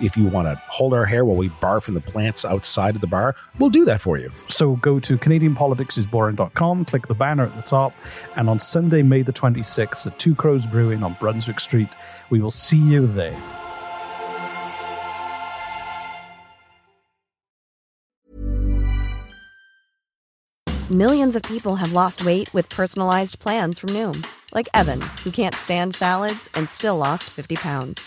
If you want to hold our hair while we barf in the plants outside of the bar, we'll do that for you. So go to CanadianPoliticsIsBoring.com, click the banner at the top, and on Sunday, May the 26th at Two Crows Brewing on Brunswick Street, we will see you there. Millions of people have lost weight with personalized plans from Noom, like Evan, who can't stand salads and still lost 50 pounds.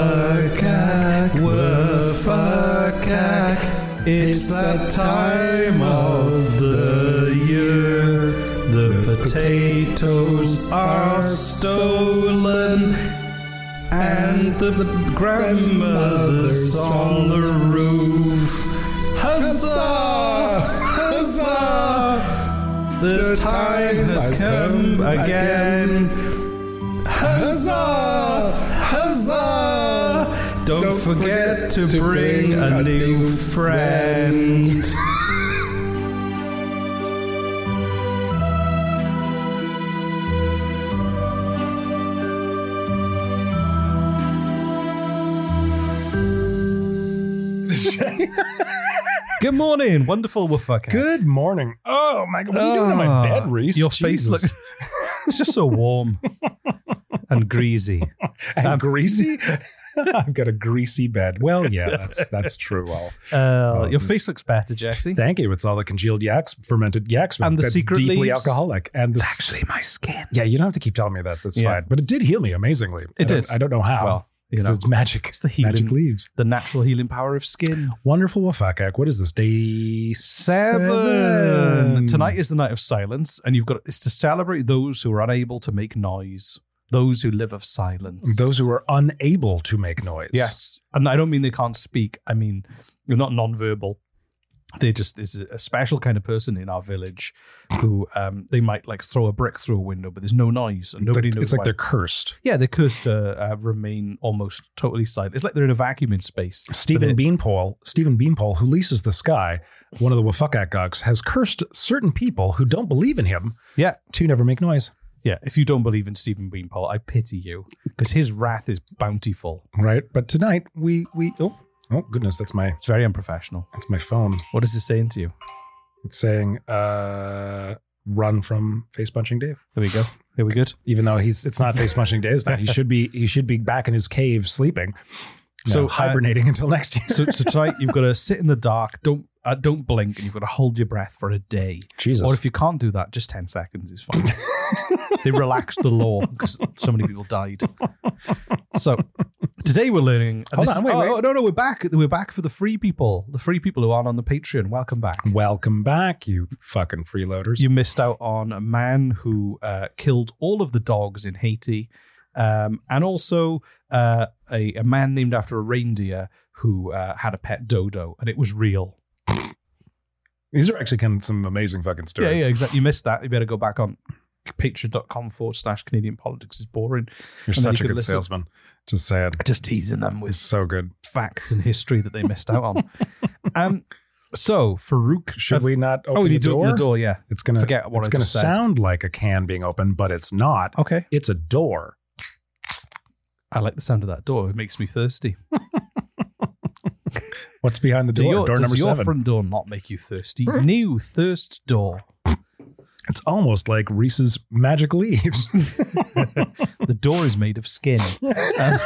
Wurfacack, Wurfacack, it's that time of the year. The potatoes are stolen, and the grandmother's on the roof. Huzzah! Huzzah! The time has come again. Huzzah! Huzzah! Don't, forget, to bring, a new friend. Good morning, wonderful Woofucker. Good morning. Oh my god, what are you doing in my Ah, bed, Reese? Your face Jesus. looks. it's just so warm and greasy. and greasy. I've got a greasy bed. Well, yeah, that's that's true. I'll, Uh, Oh, your face it's- looks better, Jesse. thank you. It's all the congealed yaks, fermented yaks, And the that's secret deeply leaves. alcoholic. And the my skin. yeah, you don't have to keep telling me that. That's Yeah. fine. But it did heal me amazingly. It I don't- did. I don't know how. Well, you 'Cause know. it's magic. It's the healing- magic leaves. The natural healing power of skin. Wonderful Wafakak. What is this day seven Tonight is the night of silence, and you've got it's to celebrate those who are unable to make noise, those who live of silence. Those who are unable to make noise. yes, and I don't mean they can't speak. I mean you're not nonverbal. They just there's a a special kind of person in our village who um, they might like throw a brick through a window, but there's no noise and nobody Like- knows. it's like why. they're cursed. yeah, they're cursed to uh, remain almost totally silent. It's like they're in a vacuum in space. but Stephen they- Beanpole, Stephen Beanpole, who leases the sky, one of the Wafakak guys, has cursed certain people who don't believe in him Yeah, to never make noise. yeah. If you don't believe in Stephen Beanpole, I pity you because his wrath is bountiful. Right? But tonight we we oh oh goodness, that's my It's very unprofessional. that's my phone. What is this saying to you? It's saying uh run from face punching Dave. There we go. There we good. Even though he's it's not face punching Dave's night. He should be he should be back in his cave sleeping. So, So uh, hibernating until next year. So, so tonight you've got to sit in the dark. Don't uh, don't blink, and you've got to hold your breath for a day. Jesus. Or if you can't do that, just ten seconds is fine. they relaxed the law because so many people died. So Today we're learning. and Hold this- on, wait, oh, wait. oh, no, no, we're back. We're back for the free people. The free people who aren't on the Patreon. Welcome back. Welcome back, you fucking freeloaders. You missed out on a man who uh, killed all of the dogs in Haiti, um, and also uh, a, a man named after a reindeer who uh, had a pet dodo, and it was real. These are actually kind of some amazing fucking stories. Yeah, yeah, exactly. You missed that. You better go back on patreon.com forward slash Canadian politics is boring. You're And then such you a could good listen. salesman. Just sad. Just teasing them It's with so good. facts and history that they missed out on. um, so Farouk, Should we not open Oh, we the, need to door? open the door. Yeah. It's gonna Forget what it's I gonna just said. Oh. sound like a can being opened, but it's not. Okay. It's a door. I like the sound of that door. It makes me thirsty. What's behind the Does door? your, door does number your seven. front door not make you thirsty? New thirst door. It's almost like Reese's magic leaves. The door is made of skin. Um,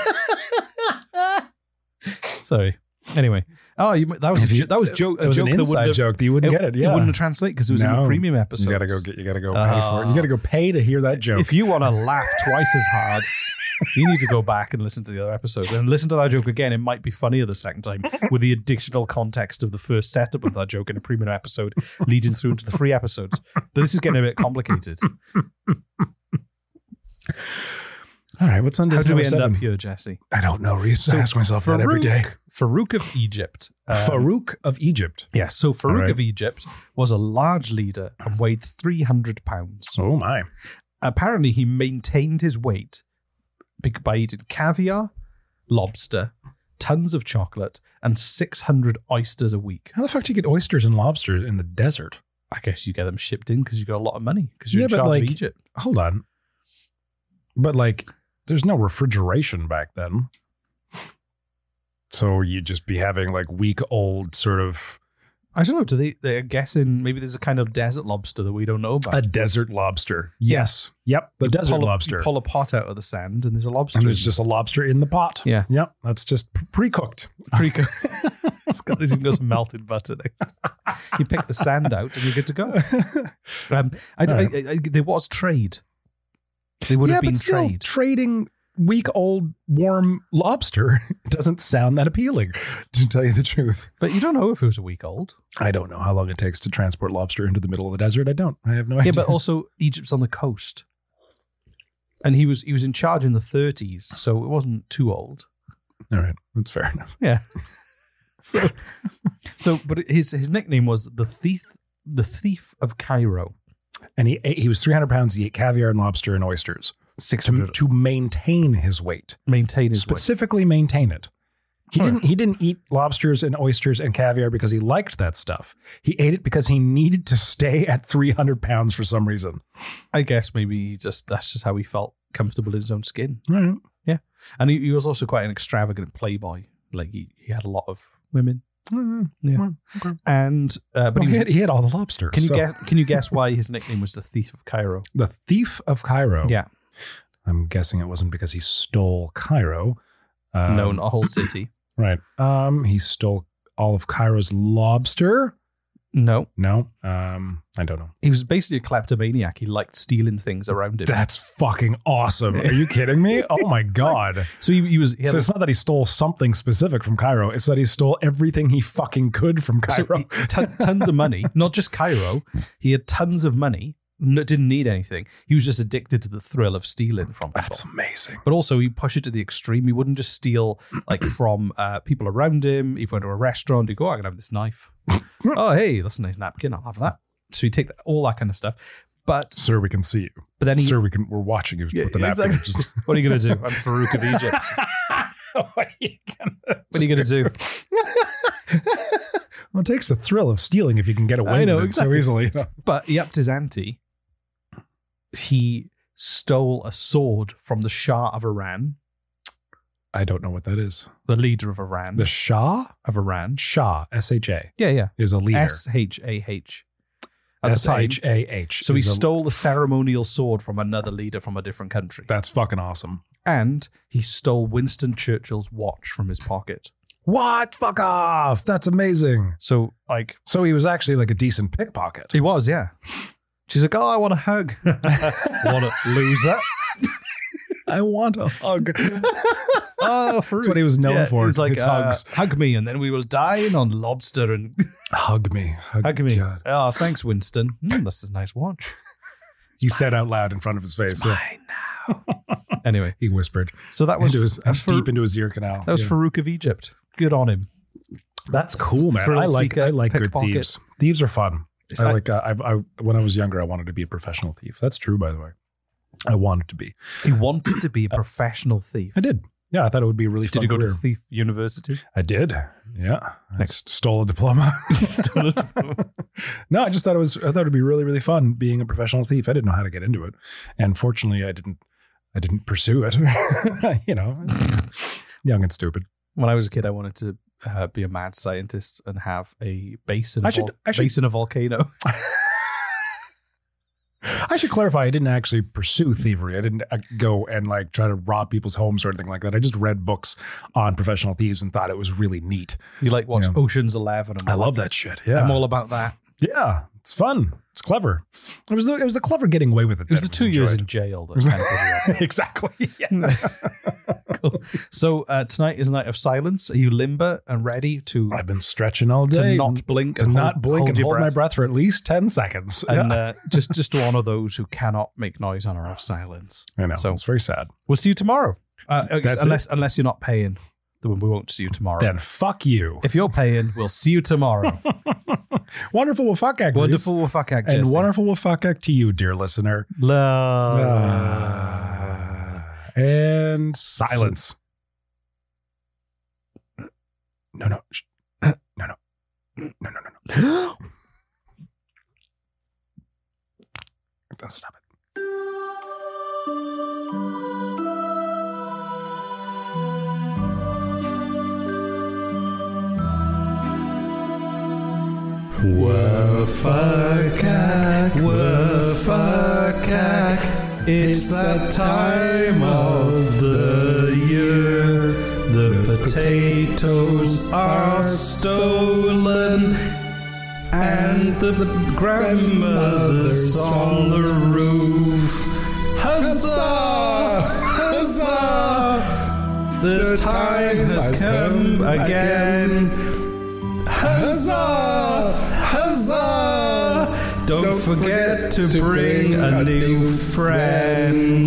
sorry. Anyway, oh, you, that was a If you- jo- that was joke. it was joke an that wouldn't inside have- joke that you wouldn't it, get it. Yeah, wouldn't have translated because it was in No. the premium episode. you gotta go get. You gotta go pay for it. You Oh. gotta go pay to hear that joke. If you want to laugh twice as hard, you need to go back and listen to the other episode and listen to that joke again. It might be funnier the second time with the additional context of the first setup of that joke in a premium episode, leading through into the free episodes. But this is getting a bit complicated. All right, what's on How disc do we number end seven? up here, Jesse? I don't know, Reese. I ask myself that every day. Farouk of Egypt. Um, Farouk of Egypt. Yeah, so Farouk Alright. of Egypt was a large leader and weighed 300 pounds. Oh my! apparently he maintained his weight bec- by eating caviar, lobster, tons of chocolate, and 600 oysters a week. How the fuck do you get oysters and lobsters in the desert? I guess you get them shipped in because you got a lot of money because you're Yeah, in but charge like- of Egypt. Hold on. But like, there's no refrigeration back then, so you'd just be having like week old sort of I don't know. Do they? They're guessing maybe there's a kind of desert lobster that we don't know about. a desert lobster. Yeah. Yes. Yep. The You desert pull a- lobster. you pull a pot out of the sand, and there's a lobster. and in there's just a lobster in the pot. Yeah. Yep. That's just pre cooked. it. pretty good. it's got it's even got some melted butter next. to it. You pick the sand out, and you're good to go. Um, I, I, I, I- there was trade. There would Oh, yeah, have been but still trade. trading week old warm lobster doesn't sound that appealing, to tell you the truth. But you don't know if it was a week old. I don't know how long it takes to transport lobster into the middle of the desert. I don't. I have no Yeah, idea. but also Egypt's on the coast, and he was he was in charge in the 30s, so it wasn't too old. all right, that's fair enough. Yeah. so, so, but his his nickname was the thief, the thief of Cairo. And he ate, he was 300 pounds. He ate caviar and lobster and oysters Six to, hundred to maintain his weight, maintain his weight. specifically maintain it. He Huh. didn't. He didn't eat lobsters and oysters and caviar because he liked that stuff. He ate it because he needed to stay at 300 pounds for some reason. I guess maybe he just that's just how he felt comfortable in his own skin, All right. and he, he was also quite an extravagant playboy. Like he, he had a lot of women, Mm, Yeah. well, okay. and uh, but Well, he he, was, had, he had all the lobster. can you so- guess? Can you guess why his nickname was the thief of Cairo? the thief of Cairo? Yeah. I'm guessing it wasn't because he stole Cairo. Um, known a whole city. right. Um, he stole all of Cairo's lobster. No, No, um, I don't know. he was basically a kleptomaniac. He liked stealing things around him. That's fucking awesome. Are you kidding me? Oh my god! so he, he was. He had so a- it's not that he stole something specific from Cairo; it's that he stole everything he fucking could from so Cairo. he- ton- tons of money, not just Cairo. He had tons of money. No, didn't need anything. He was just addicted to the thrill of stealing from people. That's amazing. but also, he pushed it to the extreme. He wouldn't just steal like from uh, people around him. He'd go to a restaurant. He'd go, oh, "I can have this knife." oh, hey, that's a nice napkin. I'll have that. So he'd take that, all that kind of stuff. But Sir, we can see you. but then he Sir, we can. We're watching you with the yeah, napkin. exactly. Just- What are you going to do? I'm Farouk of Egypt. What are you gonna What are you going to do? Well, it takes the thrill of stealing if you can get away I know, with it exactly. so easily. But he upped his ante. He stole a sword from the Shah of Iran, I don't know what that is. the leader of Iran. The Shah of Iran. Shah S H A Yeah, yeah. is a leader. S H A H. At the S time. H A H. So he um, is a- stole the ceremonial sword from another leader from a different country. That's fucking awesome. And he stole Winston Churchill's watch from his pocket. What? Fuck off! That's amazing. So, like, So he was actually like a decent pickpocket. he was, yeah. She's like, oh, I want a hug. what a loser. I want a hug. oh, fruit. what he was known for, He's like, his uh, hugs. hug me, and then we will dine on lobster and Hug me. Hug, hug me. God. Oh, thanks, Winston. Mm, this is a nice watch. He said out loud in front of his face. yeah. Anyway, He whispered so that was into his, that's deep Far- into his ear canal. that was Yeah. Farouk of Egypt. Good on him. That's cool, man. Thrill I like seeker, I like good pickpocket. thieves. Thieves are fun. It's I like- like. Uh, I, I when I was younger, I wanted to be a professional thief. That's true, by the way. I wanted to be. He wanted to be a professional thief. I did. Yeah, I thought it would be a really fun. Did you go career. to thief university? I did. Yeah. I s- stole a diploma. Stole a diploma. no, I just thought it was. I thought it'd be really, really fun being a professional thief. I didn't know how to get into it, and fortunately, I didn't. I didn't pursue it. you know, it's young and stupid. When I was a kid, I wanted to uh, be a mad scientist and have a base in a, I should- vol- I should- base in a volcano. I should clarify. I didn't actually pursue thievery. I didn't uh, go and like try to rob people's homes or anything like that. I just read books on professional thieves and thought it was really neat. You like watch Yeah. Ocean's Eleven? I'm I all love like, that shit. Yeah, I'm all about that. yeah, it's fun. It's clever. It was the, it was the clever getting away with it. It was the that two years enjoyed. in jail that kind of put me off. exactly. Yeah. Cool. So uh, tonight is a night of silence. Are you limber and ready to I've been stretching all to day. not blink, to and not hold- blink hold and your hold my breath? breath for at least 10 seconds. And Yeah. uh, just just to honor those who cannot make noise on or off silence. I know. So it's very sad. we'll see you tomorrow. Uh, I guess That's it. unless unless you're not paying, then we won't see you tomorrow. Then fuck you. If you're paying, we'll see you tomorrow. wonderful will fuck act. Reese. wonderful well, fuck act, And Jesse. Uh, wonderful will fuck act to you, dear listener. love. Ah. and silence. No, no. Shh. No, no. No, no, no, no. Don't stop it. Wuffuckak, wuffuckak, it's that time of the year. The potatoes are stolen, and the grandmother's on the roof. Huzzah! Huzzah! The time has come again. Huzzah! Huzzah! Don't, forget, to, bring, a new friend.